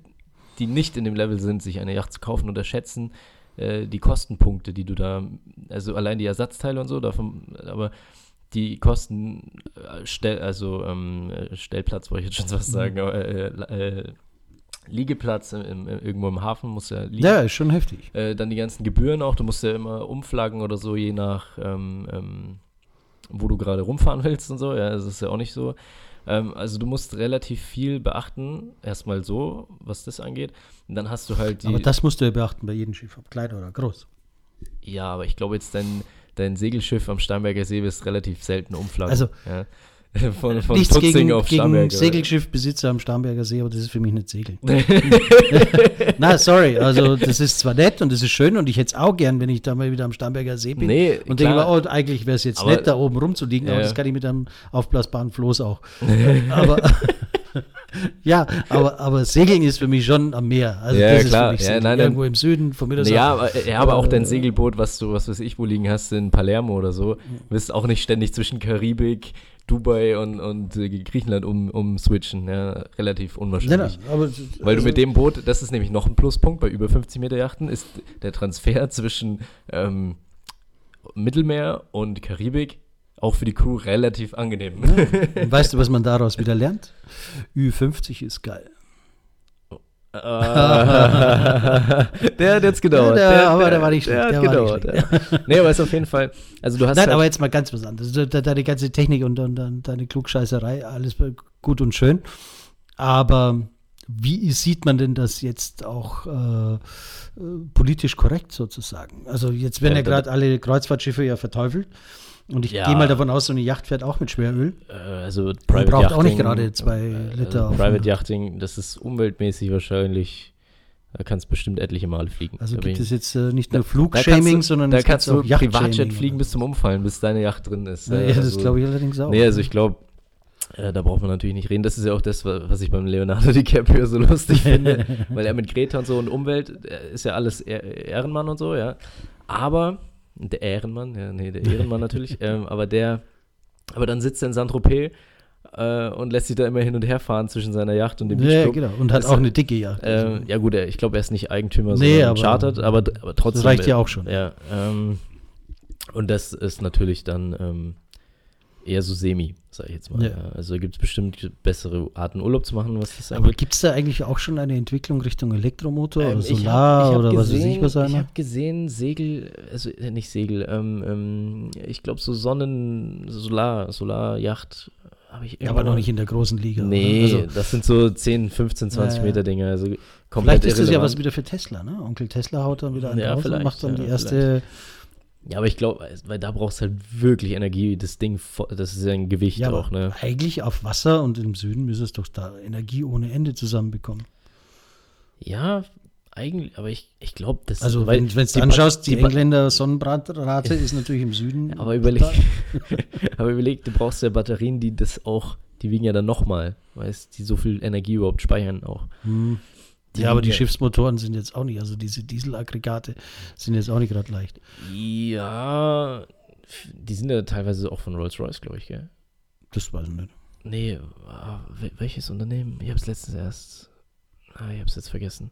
die nicht in dem Level sind, sich eine Yacht zu kaufen, unterschätzen äh, die Kostenpunkte, die du da, also allein die Ersatzteile und so, davon, aber die Kosten, äh, Stell, also ähm, äh, Stellplatz wollte ich jetzt schon was sagen, aber, äh, äh, Liegeplatz im, im, irgendwo im Hafen muss ja liegen.
ja, ist schon heftig.
Äh, dann die ganzen Gebühren auch, du musst ja immer umflaggen oder so, je nach, ähm, ähm, wo du gerade rumfahren willst und so. Ja, das ist ja auch nicht so. Ähm, also du musst relativ viel beachten, erstmal so, was das angeht. Und dann hast du halt die.
Aber das musst du ja beachten bei jedem Schiff, ob klein oder groß.
ja, aber ich glaube jetzt dein, dein Segelschiff am Starnberger See wirst relativ selten umflaggen.
Also-
ja. Von, von
Nichts
Tutzing
gegen,
auf
gegen
Starnberg. oder-
Segelschiffbesitzer am Starnberger See, aber das ist für mich nicht Segeln. Na, sorry, also das ist zwar nett und das ist schön und ich hätte es auch gern, wenn ich da mal wieder am Starnberger See bin
Nee,
und denke
klar.
mal, oh, eigentlich wäre es jetzt
Aber-
nett, da oben rumzuliegen, aber
Ja.
das kann ich mit einem aufblasbaren Floß auch. aber ja, aber, aber Segeln ist für mich schon am Meer. Also
Ja,
das ist
klar.
für mich
Ja,
Segeln.
nein, nein.
Irgendwo im Süden, von mir aus
Ja,
auch.
aber, ja, aber auch dein
Äh.
Segelboot, was du, was weiß ich, wo liegen hast in Palermo oder so, wirst auch nicht ständig zwischen Karibik, Dubai und, und äh, Griechenland um, umswitchen. Ja, relativ
Nein,
unwahrscheinlich.
nein, aber,
Weil du
also-
mit dem Boot, das ist nämlich noch ein Pluspunkt bei über 50 Meter Yachten, ist der Transfer zwischen ähm, Mittelmeer und Karibik auch für die Crew relativ angenehm.
Und weißt du, was man daraus wieder lernt? Ü50 ist geil.
Ah. der hat jetzt gedauert.
Ja, der- aber der war nicht schlecht,
Der,
der
hat
war nicht
gedauert. ja. Nee, aber ist auf jeden Fall. Also du hast
Nein,
halt,
aber jetzt mal ganz was anderes. De- de- Deine ganze Technik und, und, und deine Klugscheißerei, alles gut und schön. Aber wie sieht man denn das jetzt auch äh, äh, politisch korrekt sozusagen? Also jetzt werden
Ja,
ja,
da-
gerade alle Kreuzfahrtschiffe ja verteufelt. Und ich
Ja.
gehe mal davon aus, so eine Yacht fährt auch mit Schweröl.
äh, also
Man
Private
braucht
Yachting, äh,
auch nicht gerade zwei Liter.
also
auf-
Private Yachting, das ist umweltmäßig wahrscheinlich. Da kannst bestimmt etliche Male fliegen.
also
Da
gibt
bin
es
ich-
jetzt äh, nicht
Da-
nur
da kannst
Flugshaming,
du-
sondern
da
es gibt
kannst du
auch Yachtshaming
Privatjet
oder
fliegen bis zum Umfallen, bis deine Yacht drin ist. also
Ja, das glaube ich allerdings auch.
Nee, also ich glaube, äh, da braucht man natürlich nicht reden. Das ist ja auch das, wa- was ich beim Leonardo DiCaprio so lustig finde, E-, weil er mit Greta und so und Umwelt äh, ist ja alles eh- Ehrenmann und so, ja. Aber Der Ehrenmann, ja, nee, der Ehrenmann natürlich, ähm, aber der, aber dann sitzt er in Saint-Tropez äh, und lässt sich da immer hin und her fahren zwischen seiner Yacht und dem
Ja,
Beachclub.
genau. Und hat
Das-
auch eine dicke Also, Jagd.
Ähm, ja gut, er, ich glaube, er ist nicht Eigentümer,
Nee,
sondern
aber-
chartert, aber, aber trotzdem.
das reicht ja auch schon.
Ja, ähm, und das ist natürlich dann ähm, eher so semi, sag ich jetzt mal.
Ja.
Ja. Also gibt es bestimmt bessere Arten Urlaub zu machen, was das
Aber
angeht.
gibt es da eigentlich auch schon eine Entwicklung Richtung Elektromotor
Ähm,
oder
ich hab-
Solar
ich hab
oder was weiß ich
gesehen,
was
Ich
einer?
habe gesehen, Segel, also äh, nicht Segel, ähm, ähm, ich glaube so Sonnen, Solar, Solarjacht habe ich
Ja, aber
irgendwo-
noch nicht in der großen Liga. oder?
Nee,
Also,
das sind so 10, 15, 20
Ja, ja.
Meter Dinge, also komplett
vielleicht ist das ja was
irrelevant.
wieder für Tesla, ne? Onkel Tesla haut dann wieder einen
Ja,
raus und
vielleicht,
macht dann
ja,
die erste.
Ja, aber ich glaube, weil da brauchst du halt wirklich Energie, das Ding, vo- das ist ja ein Gewicht
Ja, aber
auch, ne?
eigentlich auf Wasser und im Süden müsste es doch da Energie ohne Ende zusammenbekommen.
Ja, eigentlich, aber ich, ich glaube, das
Also
weil-
wenn du es
die
dir anschaust, die,
die-
Engländer Sonnenbrandrate ist natürlich im Süden.
aber überleg, aber überleg, du brauchst ja Batterien, die das auch, die wiegen ja dann nochmal, weißt, die so viel Energie überhaupt speichern auch.
Hm. Ja, aber die
wiegen
Schiffsmotoren sind jetzt auch nicht, also diese Dieselaggregate sind jetzt auch nicht gerade leicht.
Ja, ja, f- die sind ja teilweise auch von Rolls-Royce, glaube ich, gell?
Das weiß ich nicht.
Nee, ah, wel- welches Unternehmen? Ich habe es letztens erst. Ah, ich habe es jetzt vergessen.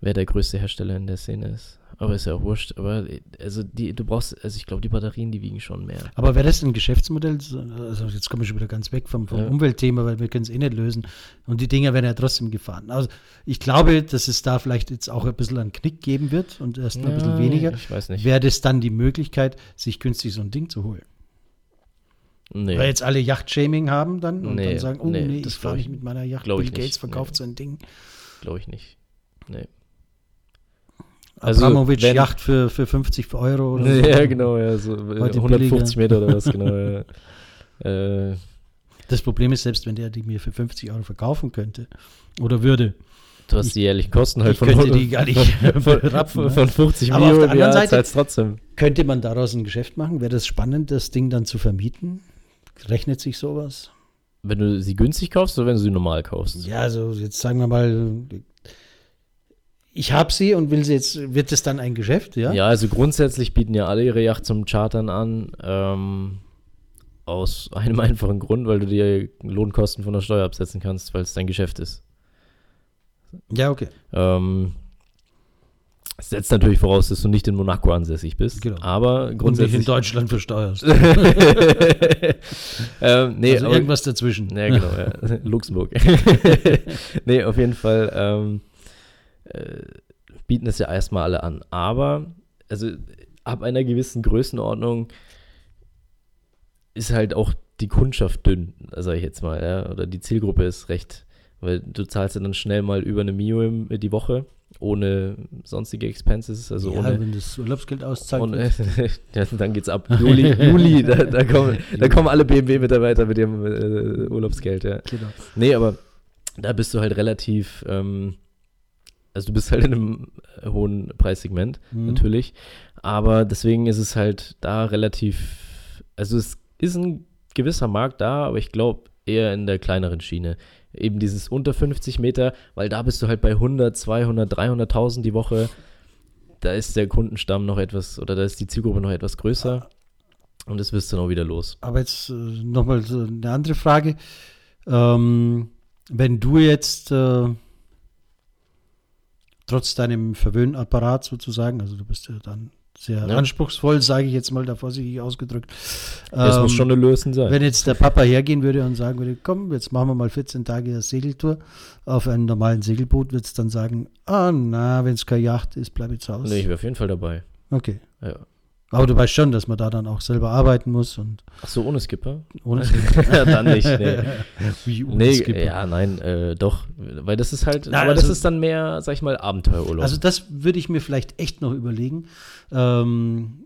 Wer der größte Hersteller in der Szene ist. Aber ist ja auch wurscht. Aber äh, also die, du brauchst, also ich glaube, die Batterien, die wiegen schon mehr.
Aber wäre das ein Geschäftsmodell? So- Also jetzt komme ich schon wieder ganz weg vom, vom
Ja.
Umweltthema, weil wir können es eh nicht lösen. Und die Dinger werden ja trotzdem gefahren. Also ich glaube, dass es da vielleicht jetzt auch ein bisschen einen Knick geben wird und erst mal ein bisschen
Ja,
weniger.
Ich weiß nicht.
Wäre das dann die Möglichkeit, sich günstig so ein Ding zu holen?
Nee.
Weil jetzt alle Yachtshaming haben dann und
Nee,
dann sagen, oh
nee,
nee,
das
ich fahre
glaub ich-
nicht mit meiner Yacht.
glaub
Bill
ich nicht,
Gates verkauft
nee.
so ein Ding.
Glaube ich nicht. Also,
Abramowitsch
wenn-
Yacht für, für 50 Euro oder so.
ja, genau, ja, so äh,
Heute
150 Meter oder was, genau. ja. äh,
Das Problem ist, selbst wenn der die mir für 50 Euro verkaufen könnte oder würde,
du hast die jährlichen Kosten halt
ich
von,
könnte die gar nicht
von,
rappen, ne?
von 50
Aber auf der
Millionen im
anderen
Jahr
Seite-
zahlst trotzdem.
Könnte man daraus ein Geschäft machen? Wäre das spannend, das Ding dann zu vermieten? Rechnet sich sowas?
Wenn du sie günstig kaufst oder wenn du sie normal kaufst?
Ja, also jetzt sagen wir mal, ich habe sie und will sie jetzt, wird es dann ein Geschäft, ja?
Ja, also grundsätzlich bieten ja alle ihre Yacht zum Chartern an. Ähm, aus einem einfachen Grund, weil du dir Lohnkosten von der Steuer absetzen kannst, weil es dein Geschäft ist.
Ja, okay.
Ähm, es setzt natürlich voraus, dass du nicht in Monaco ansässig bist.
Genau.
Aber
Und nicht in
grundsätzlich.
Deutschland versteuerst.
ähm, nee,
also
aber,
irgendwas dazwischen.
Ja, genau, ja. Luxemburg. nee, auf jeden Fall ähm, äh, bieten es ja erstmal alle an. Aber, also ab einer gewissen Größenordnung ist halt auch die Kundschaft dünn, sage ich jetzt mal, ja. Oder die Zielgruppe ist recht, weil du zahlst ja dann schnell mal über eine Mio im, äh, die Woche, ohne sonstige Expenses, also
ja,
ohne
wenn das Urlaubsgeld auszahlt.
und
wird.
äh, ja, dann geht's ab. Juli, Juli da, da, kommen, da kommen alle BMW-Mitarbeiter mit ihrem äh, Urlaubsgeld, ja.
Genau.
Nee, aber da bist du halt relativ, ähm, also du bist halt in einem hohen Preissegment,
Mhm.
natürlich. Aber deswegen ist es halt da relativ, also es ist ein gewisser Markt da, aber ich glaube eher in der kleineren Schiene. Eben dieses unter 50 Meter, weil da bist du halt bei 100, 200, 300.000 die Woche. Da ist der Kundenstamm noch etwas, oder da ist die Zielgruppe noch etwas größer. Und das wirst du dann auch wieder los.
Aber jetzt äh, nochmal so eine andere Frage. Ähm, wenn du jetzt äh, trotz deinem Verwöhnapparat sozusagen, also du bist ja dann sehr
Ja.
anspruchsvoll, sage ich jetzt mal da vorsichtig ausgedrückt.
Das muss
ähm,
schon eine Lösung sein.
wenn jetzt der Papa hergehen würde und sagen würde, komm, jetzt machen wir mal 14 Tage eine Segeltour auf einem normalen Segelboot, wird es dann sagen, ah na, wenn es keine Yacht ist, bleib jetzt zu Hause.
Nee, ich wäre auf jeden Fall dabei.
Okay.
Ja.
Aber du weißt schon, dass man da dann auch selber arbeiten muss und
Ach so, ohne Skipper?
ohne
dann nicht, nee.
Wie ohne
Nee,
Skipper.
ja, nein, äh, doch, weil das ist halt,
Na,
aber das
also-
ist dann mehr, sag ich mal, Abenteuerurlaub.
Also das würde ich mir vielleicht echt noch überlegen. Ähm,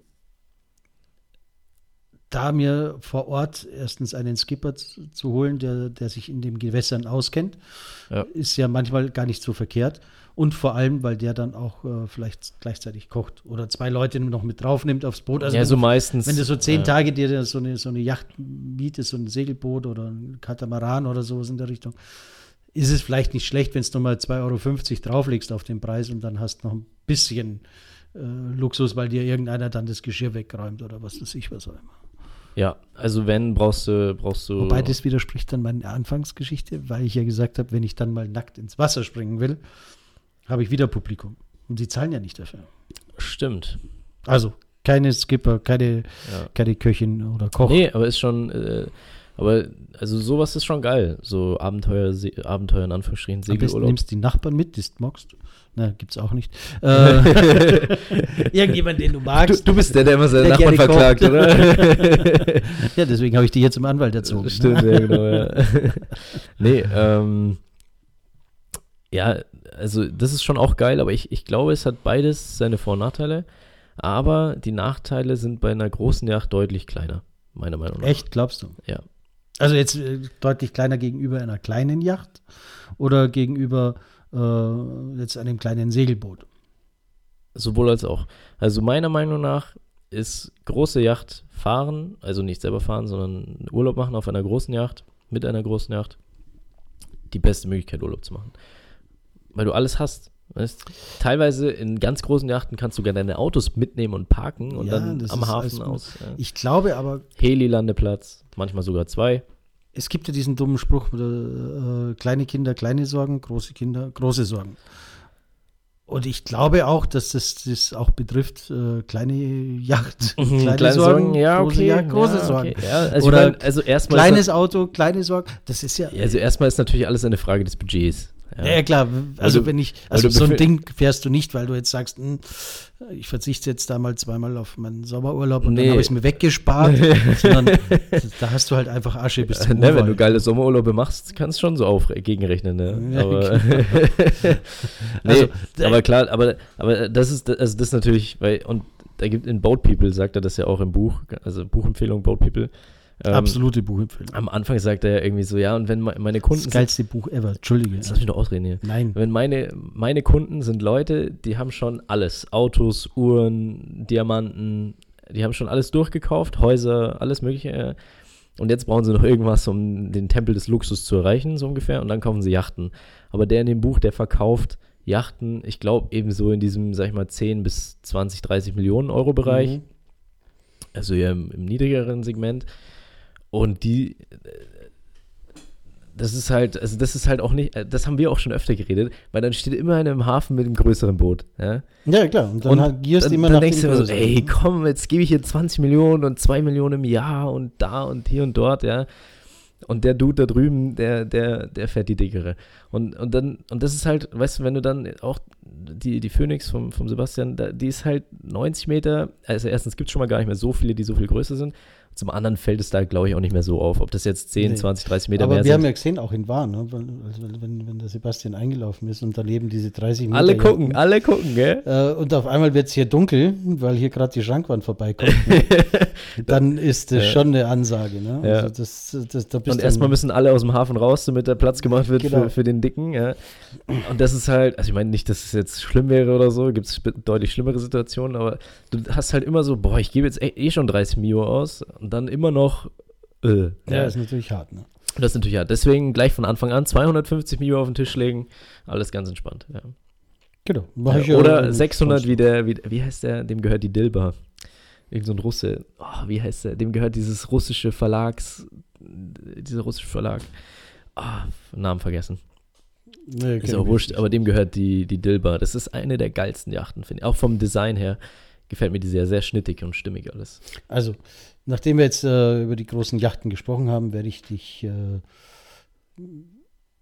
da mir vor Ort erstens einen Skipper zu, zu holen, der, der sich in den Gewässern auskennt,
Ja.
ist ja manchmal gar nicht so verkehrt. Und vor allem, weil der dann auch äh, vielleicht gleichzeitig kocht oder zwei Leute noch mit draufnimmt aufs Boot. Also
ja,
du-
so meistens.
wenn du so zehn
ja.
Tage dir da so eine, so eine Yacht mietest, so ein Segelboot oder ein Katamaran oder sowas in der Richtung, ist es vielleicht nicht schlecht, wenn es nochmal 2,50 Euro drauflegst auf den Preis und dann hast noch ein bisschen äh, Luxus, weil dir irgendeiner dann das Geschirr wegräumt oder was weiß ich, was auch immer.
Ja, also wenn, brauchst du, brauchst du.
Wobei das widerspricht dann meiner Anfangsgeschichte, weil ich ja gesagt habe, wenn ich dann mal nackt ins Wasser springen will, habe ich wieder Publikum. Und die zahlen ja nicht dafür.
Stimmt.
Also keine Skipper, keine,
Ja.
keine Köchin oder Koch.
Nee, aber ist schon, äh, aber also sowas ist schon geil. So Abenteuer, Se Abenteuer in Anführungsstrichen,
Am besten
Segelurlaub.
nimmst die Nachbarn mit, die du magst. Na, gibt's auch nicht. Äh, Irgendjemand, den du magst.
bist der, der immer
Der
seine
gerne kocht.
oder?
Ja, deswegen habe ich die jetzt zum Anwalt erzogen. ne?
Stimmt, ja, genau. Ja. nee, ähm, ja, also das ist schon auch geil, aber ich, ich glaube, es hat beides seine Vor- und Nachteile. Aber die Nachteile sind bei einer großen Yacht deutlich kleiner, meiner Meinung nach.
Echt, glaubst du?
Ja.
Also jetzt äh, deutlich kleiner gegenüber einer kleinen Yacht oder gegenüber äh, jetzt einem kleinen Segelboot.
Sowohl als auch. Also meiner Meinung nach ist große Yacht fahren, also nicht selber fahren, sondern Urlaub machen auf einer großen Yacht, mit einer großen Yacht, die beste Möglichkeit, Urlaub zu machen. Weil du alles hast. Weißt? Teilweise in ganz großen Yachten kannst du gerne deine Autos mitnehmen und parken und
Ja,
dann
das
am
ist alles
Hafen
gut.
aus. Ja.
Ich glaube aber,
Heli-Landeplatz, manchmal sogar zwei.
es gibt ja diesen dummen Spruch, äh, äh, kleine Kinder, kleine Sorgen, große Kinder, große Sorgen. Und ich glaube auch, dass das, das auch betrifft, äh, kleine Yacht, kleine, Sorgen,
Mhm, ja,
große
okay.
Yacht, große
ja,
Sorgen.
Okay. Ja, also,
Oder
ich mein, also erstmal. ist
Kleines Auto, kleine Sorgen, das ist ja,
na- also erstmal ist natürlich alles eine Frage des Budgets.
Ja, ja klar, also
du-
wenn ich, also
du
so ein
befü-
Ding fährst du nicht, weil du jetzt sagst, hm, ich verzichte jetzt da mal zweimal auf meinen Sommerurlaub und
Nee.
dann habe ich es mir weggespart, sondern da hast du halt einfach Asche bis zum
Ne, wenn
Urwald.
du geile Sommerurlaube machst, kannst schon so auf gegenrechnen, ne?
Ja, genau.
Aber, nee,
Also,
aber klar, aber, aber das ist also das ist natürlich, weil und da gibt in Boat People sagt er das ja auch im Buch, also Buchempfehlung Boat People. Ähm,
äh, Absolute Buchempfehlung.
Am Anfang sagt er ja irgendwie so, ja, und wenn me- meine Kunden
Das geilste Buch ever, entschuldige.
sind, lass mich doch ausreden hier.
Nein,
Wenn meine, meine Kunden sind Leute, die haben schon alles. Autos, Uhren, Diamanten, die haben schon alles durchgekauft, Häuser, alles Mögliche. Und jetzt brauchen sie noch irgendwas, um den Tempel des Luxus zu erreichen, so ungefähr. Und dann kaufen sie Yachten. Aber der in dem Buch, der verkauft Yachten, ich glaube, ebenso in diesem, sag ich mal, 10 bis 20, 30 Millionen Euro Bereich
Mhm.
also eher im, im niedrigeren Segment. Und die, äh, das ist halt, also das ist halt auch nicht, äh, das haben wir auch schon öfter geredet, weil dann steht immer einer im Hafen mit dem größeren Boot. Ja?
Mhm. Ja, klar, und dann
und
agierst
dann,
du immer
dann
nach dem
denkst du immer so,
Größeren.
ey, komm, jetzt gebe ich hier 20 Millionen und 2 Millionen im Jahr und da und hier und dort, ja. Und der Dude da drüben, der, der, der fährt die dickere. Und, und dann, und das ist halt, weißt du, wenn du dann auch die, die Phoenix vom, vom Sebastian, da, die ist halt 90 Meter, also erstens gibt es schon mal gar nicht mehr so viele, die so viel größer sind. Zum anderen fällt es da, glaube ich, auch nicht mehr so auf, ob das jetzt 10,
Nee.
20, 30 Meter
Aber
mehr
wir haben
sind.
ja gesehen, auch in Wahn, ne? weil- also wenn, wenn der Sebastian eingelaufen ist und daneben diese 30 Meter
Alle gucken, alle gucken, gell?
Äh, und auf einmal wird es hier dunkel, weil hier gerade die Schrankwand vorbeikommt. ne? dann ist das
Ja.
schon eine Ansage. Ne?
Ja.
Also das, das, da bist
Und
dann-
erstmal müssen alle aus dem Hafen raus, damit da Platz gemacht wird
Genau.
für, für den Dicken. Ja. Und das ist halt, also ich meine nicht, dass es jetzt schlimm wäre oder so, gibt es deutlich schlimmere Situationen, aber du hast halt immer so, boah, ich gebe jetzt eh, eh schon 30 Mio aus und dann immer noch, äh,
ja,
ja.
ist natürlich hart. Ne?
Das ist natürlich ja. Deswegen gleich von Anfang an 250 Mio auf den Tisch legen, alles ganz entspannt. Ja.
Genau. Mach ich ja
Äh, Oder
irgendwie
600
sonst.
wie der, wie, wie heißt der, dem gehört die Dilba. Irgend so ein Russe. Oh, wie heißt der? Dem gehört dieses russische Verlags, dieser russische Verlag. Ah, Namen vergessen.
Nee,
Ist
kenn
auch
ich
wurscht,
nicht.
aber dem gehört die, die Dilba. Das ist eine der geilsten Yachten, finde ich. Auch vom Design her gefällt mir die sehr, sehr schnittig und stimmig alles.
Also, nachdem wir jetzt äh, über die großen Yachten gesprochen haben, werde ich dich äh,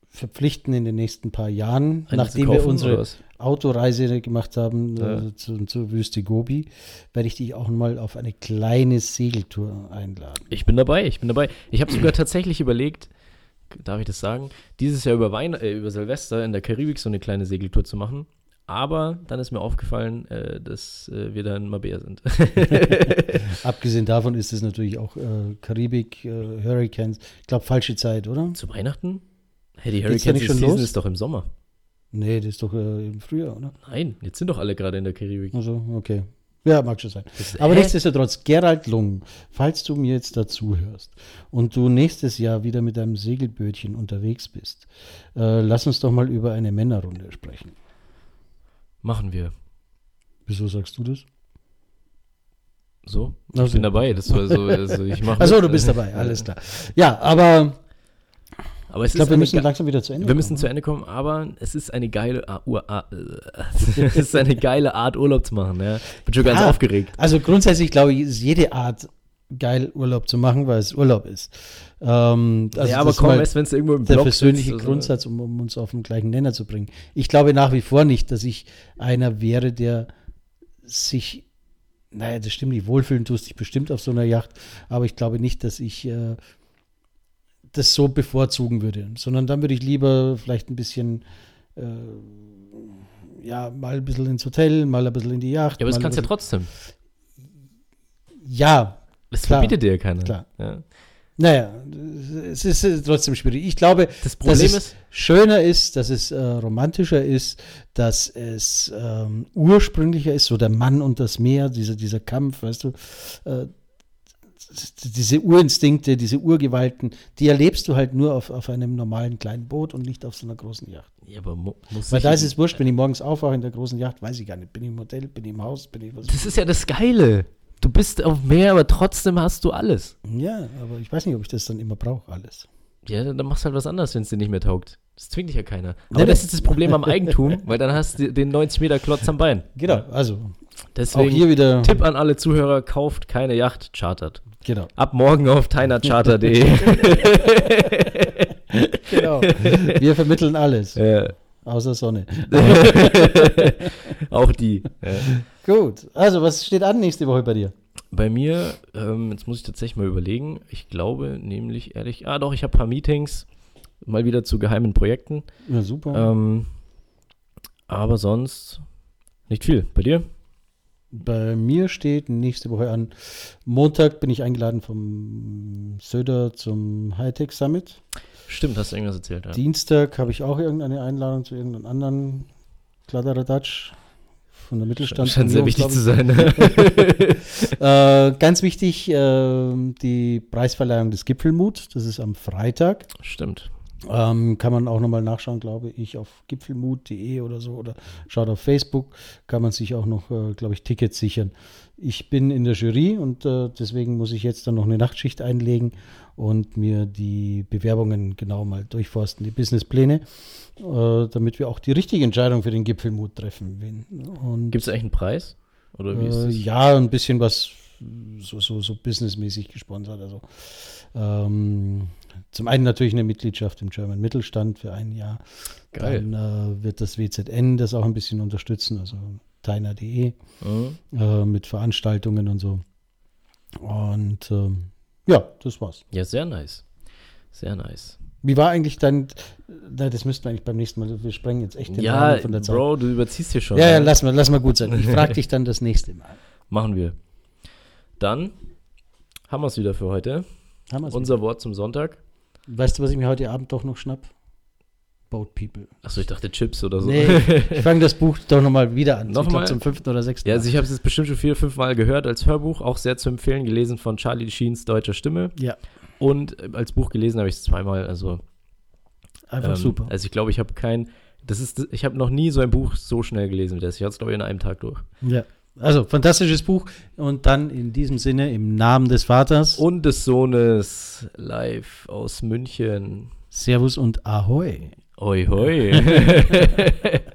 verpflichten, in den nächsten paar Jahren,
Eine zu
nachdem
kaufen,
wir unsere
oder was?
Autoreise gemacht haben
Ja.
äh, zu, zur Wüste Gobi, werde ich dich auch mal auf eine kleine Segeltour einladen.
Ich bin dabei, ich bin dabei. Ich habe sogar tatsächlich überlegt, darf ich das sagen, dieses Jahr über, Wein, äh, über Silvester in der Karibik so eine kleine Segeltour zu machen. Aber dann ist mir aufgefallen, äh, dass äh, wir da in Mabea sind.
Abgesehen davon ist es natürlich auch äh, Karibik, äh, Hurricanes. Ich glaube, falsche Zeit, oder?
Zu Weihnachten? Hey, die
Geht's da
Hurricane
nicht schon
Season
los?
ist doch im Sommer.
Nee, das ist doch äh, im Frühjahr, oder?
Nein, jetzt sind doch alle gerade in der Karibik.
Also, okay. Ja, mag schon sein.
Das-
Aber
hä?
nichtsdestotrotz, Gerald Lung, falls du mir jetzt dazu hörst und du nächstes Jahr wieder mit deinem Segelbötchen unterwegs bist, äh, lass uns doch mal über eine Männerrunde sprechen.
Machen wir.
Wieso sagst du das?
So, ich
Also.
bin dabei. Das war so, also ich mache.
Achso, du bist dabei, alles klar. Ja, aber
Aber es
ich glaube,
ist
wir
eine
müssen
ge-
langsam wieder zu Ende
wir müssen
kommen.
zu Ende kommen, aber es ist eine geile, ah, Ur- ah, äh, es ist eine geile Art Urlaub zu machen. Ja. Bin schon ganz
Ja.
aufgeregt.
Also grundsätzlich glaube ich, ist jede Art geil, Urlaub zu machen, weil es Urlaub ist. Ähm, also
ja, aber
das ist
komm,
mal
erst wenn es irgendwo im
der
Blog
persönliche
sitzt, also-
Grundsatz, um, um uns auf den gleichen Nenner zu bringen. Ich glaube nach wie vor nicht, dass ich einer wäre, der sich, naja, das stimmt nicht, wohlfühlen tust dich bestimmt auf so einer Yacht, aber ich glaube nicht, dass ich äh, das so bevorzugen würde, sondern dann würde ich lieber vielleicht ein bisschen äh, ja, mal ein bisschen ins Hotel, mal ein bisschen in die Yacht.
Ja, aber das
mal
kannst du
ein
ja trotzdem.
bisschen- Ja,
Das
Klar.
verbietet dir ja keiner.
Klar.
Ja.
Naja, es ist äh, trotzdem schwierig. Ich glaube,
Das Problem
dass es
ist-
schöner ist, dass es äh, romantischer ist, dass es ähm, ursprünglicher ist, so der Mann und das Meer, dieser, dieser Kampf, weißt du, äh, s- diese Urinstinkte, diese Urgewalten, die erlebst du halt nur auf, auf einem normalen kleinen Boot und nicht auf so einer großen Yacht.
Ja, aber mu muss
Weil
ich-
da ist es wurscht, wenn ich morgens aufwache in der großen Yacht, weiß ich gar nicht, bin ich im Hotel, bin ich im Haus, bin ich was.
Das ist ja das Geile. Du bist auf dem Meer, aber trotzdem hast du alles.
Ja, aber ich weiß nicht, ob ich das dann immer brauche, alles.
Ja, dann machst du halt was anderes, wenn es dir nicht mehr taugt. Das zwingt dich ja keiner.
Aber
Ja, das
das-
ist das Problem am Eigentum, weil dann hast du den 90 Meter Klotz am Bein.
Genau, also
Deswegen
auch hier wieder.
Tipp an alle Zuhörer, kauft keine Yacht, chartert.
Genau.
Ab morgen auf teinercharter.de.
Genau. Wir vermitteln alles,
Ja.
außer Sonne.
Auch die. Ja.
Gut. Also, was steht an nächste Woche bei dir?
Bei mir, ähm, jetzt muss ich tatsächlich mal überlegen, ich glaube nämlich ehrlich, ah doch, ich habe ein paar Meetings, mal wieder zu geheimen Projekten.
Ja, super.
Ähm, aber sonst nicht viel. Bei dir?
Bei mir steht nächste Woche an. Montag bin ich eingeladen vom Söder zum Hightech Summit.
Stimmt, hast du irgendwas erzählt. Ja.
Dienstag habe ich auch irgendeine Einladung zu irgendeinem anderen Kladderadatsch von der Mittelstand.
Scheint sehr wichtig zu sein. ne?
äh, ganz wichtig, äh, die Preisverleihung des Gipfelmut. Das ist am Freitag.
Stimmt.
Ähm, kann man auch nochmal nachschauen, glaube ich, auf gipfelmut.de oder so oder schaut auf Facebook, kann man sich auch noch, äh, glaube ich, Tickets sichern. Ich bin in der Jury und äh, deswegen muss ich jetzt dann noch eine Nachtschicht einlegen und mir die Bewerbungen genau mal durchforsten, die Businesspläne, äh, damit wir auch die richtige Entscheidung für den Gipfelmut treffen. Wen- Und
Gibt es eigentlich einen Preis? Oder wie ist
äh,
das?
ja, ein bisschen was so, so, so businessmäßig gesponsert. Also ähm, zum einen natürlich eine Mitgliedschaft im German Mittelstand für ein Jahr.
Geil.
Dann äh, wird das WZN das auch ein bisschen unterstützen, also teiner.de
Mhm.
äh, mit Veranstaltungen und so. Und ähm, ja, das war's.
Ja, sehr nice. Sehr nice.
Wie war eigentlich dein, na, das müssten wir eigentlich beim nächsten Mal, wir sprengen jetzt echt den
Ja,
Rahmen von der Zeit.
Bro, du überziehst hier schon.
ja, ja,
ne?
lass mal, lass mal gut sein. Ich frage dich dann das nächste Mal.
Machen wir. Dann haben wir es wieder für heute.
Haben wir's?
Unser Wort zum Sonntag.
Weißt du, was ich mir heute Abend doch noch schnapp? Boat People.
Achso, ich dachte Chips oder so.
Nee, ich fange das Buch doch nochmal wieder an.
Also- Noch
ich glaub,
mal?
zum fünften oder sechsten.
Ja,
Mal.
also ich habe es jetzt bestimmt schon vier, fünf Mal gehört als Hörbuch, auch sehr zu empfehlen, gelesen von Charlie Sheens deutscher Stimme.
ja
Und äh, als Buch gelesen habe ich es zweimal. Also,
einfach
ähm,
super.
Also ich glaube, ich habe kein, das ist, ich habe noch nie so ein Buch so schnell gelesen wie das. Ich hatte es glaube ich in einem Tag durch.
Ja. Also, fantastisches Buch. Und dann in diesem Sinne, im Namen des Vaters,
Und des Sohnes live aus München.
Servus und Ahoi.
Oi hoi.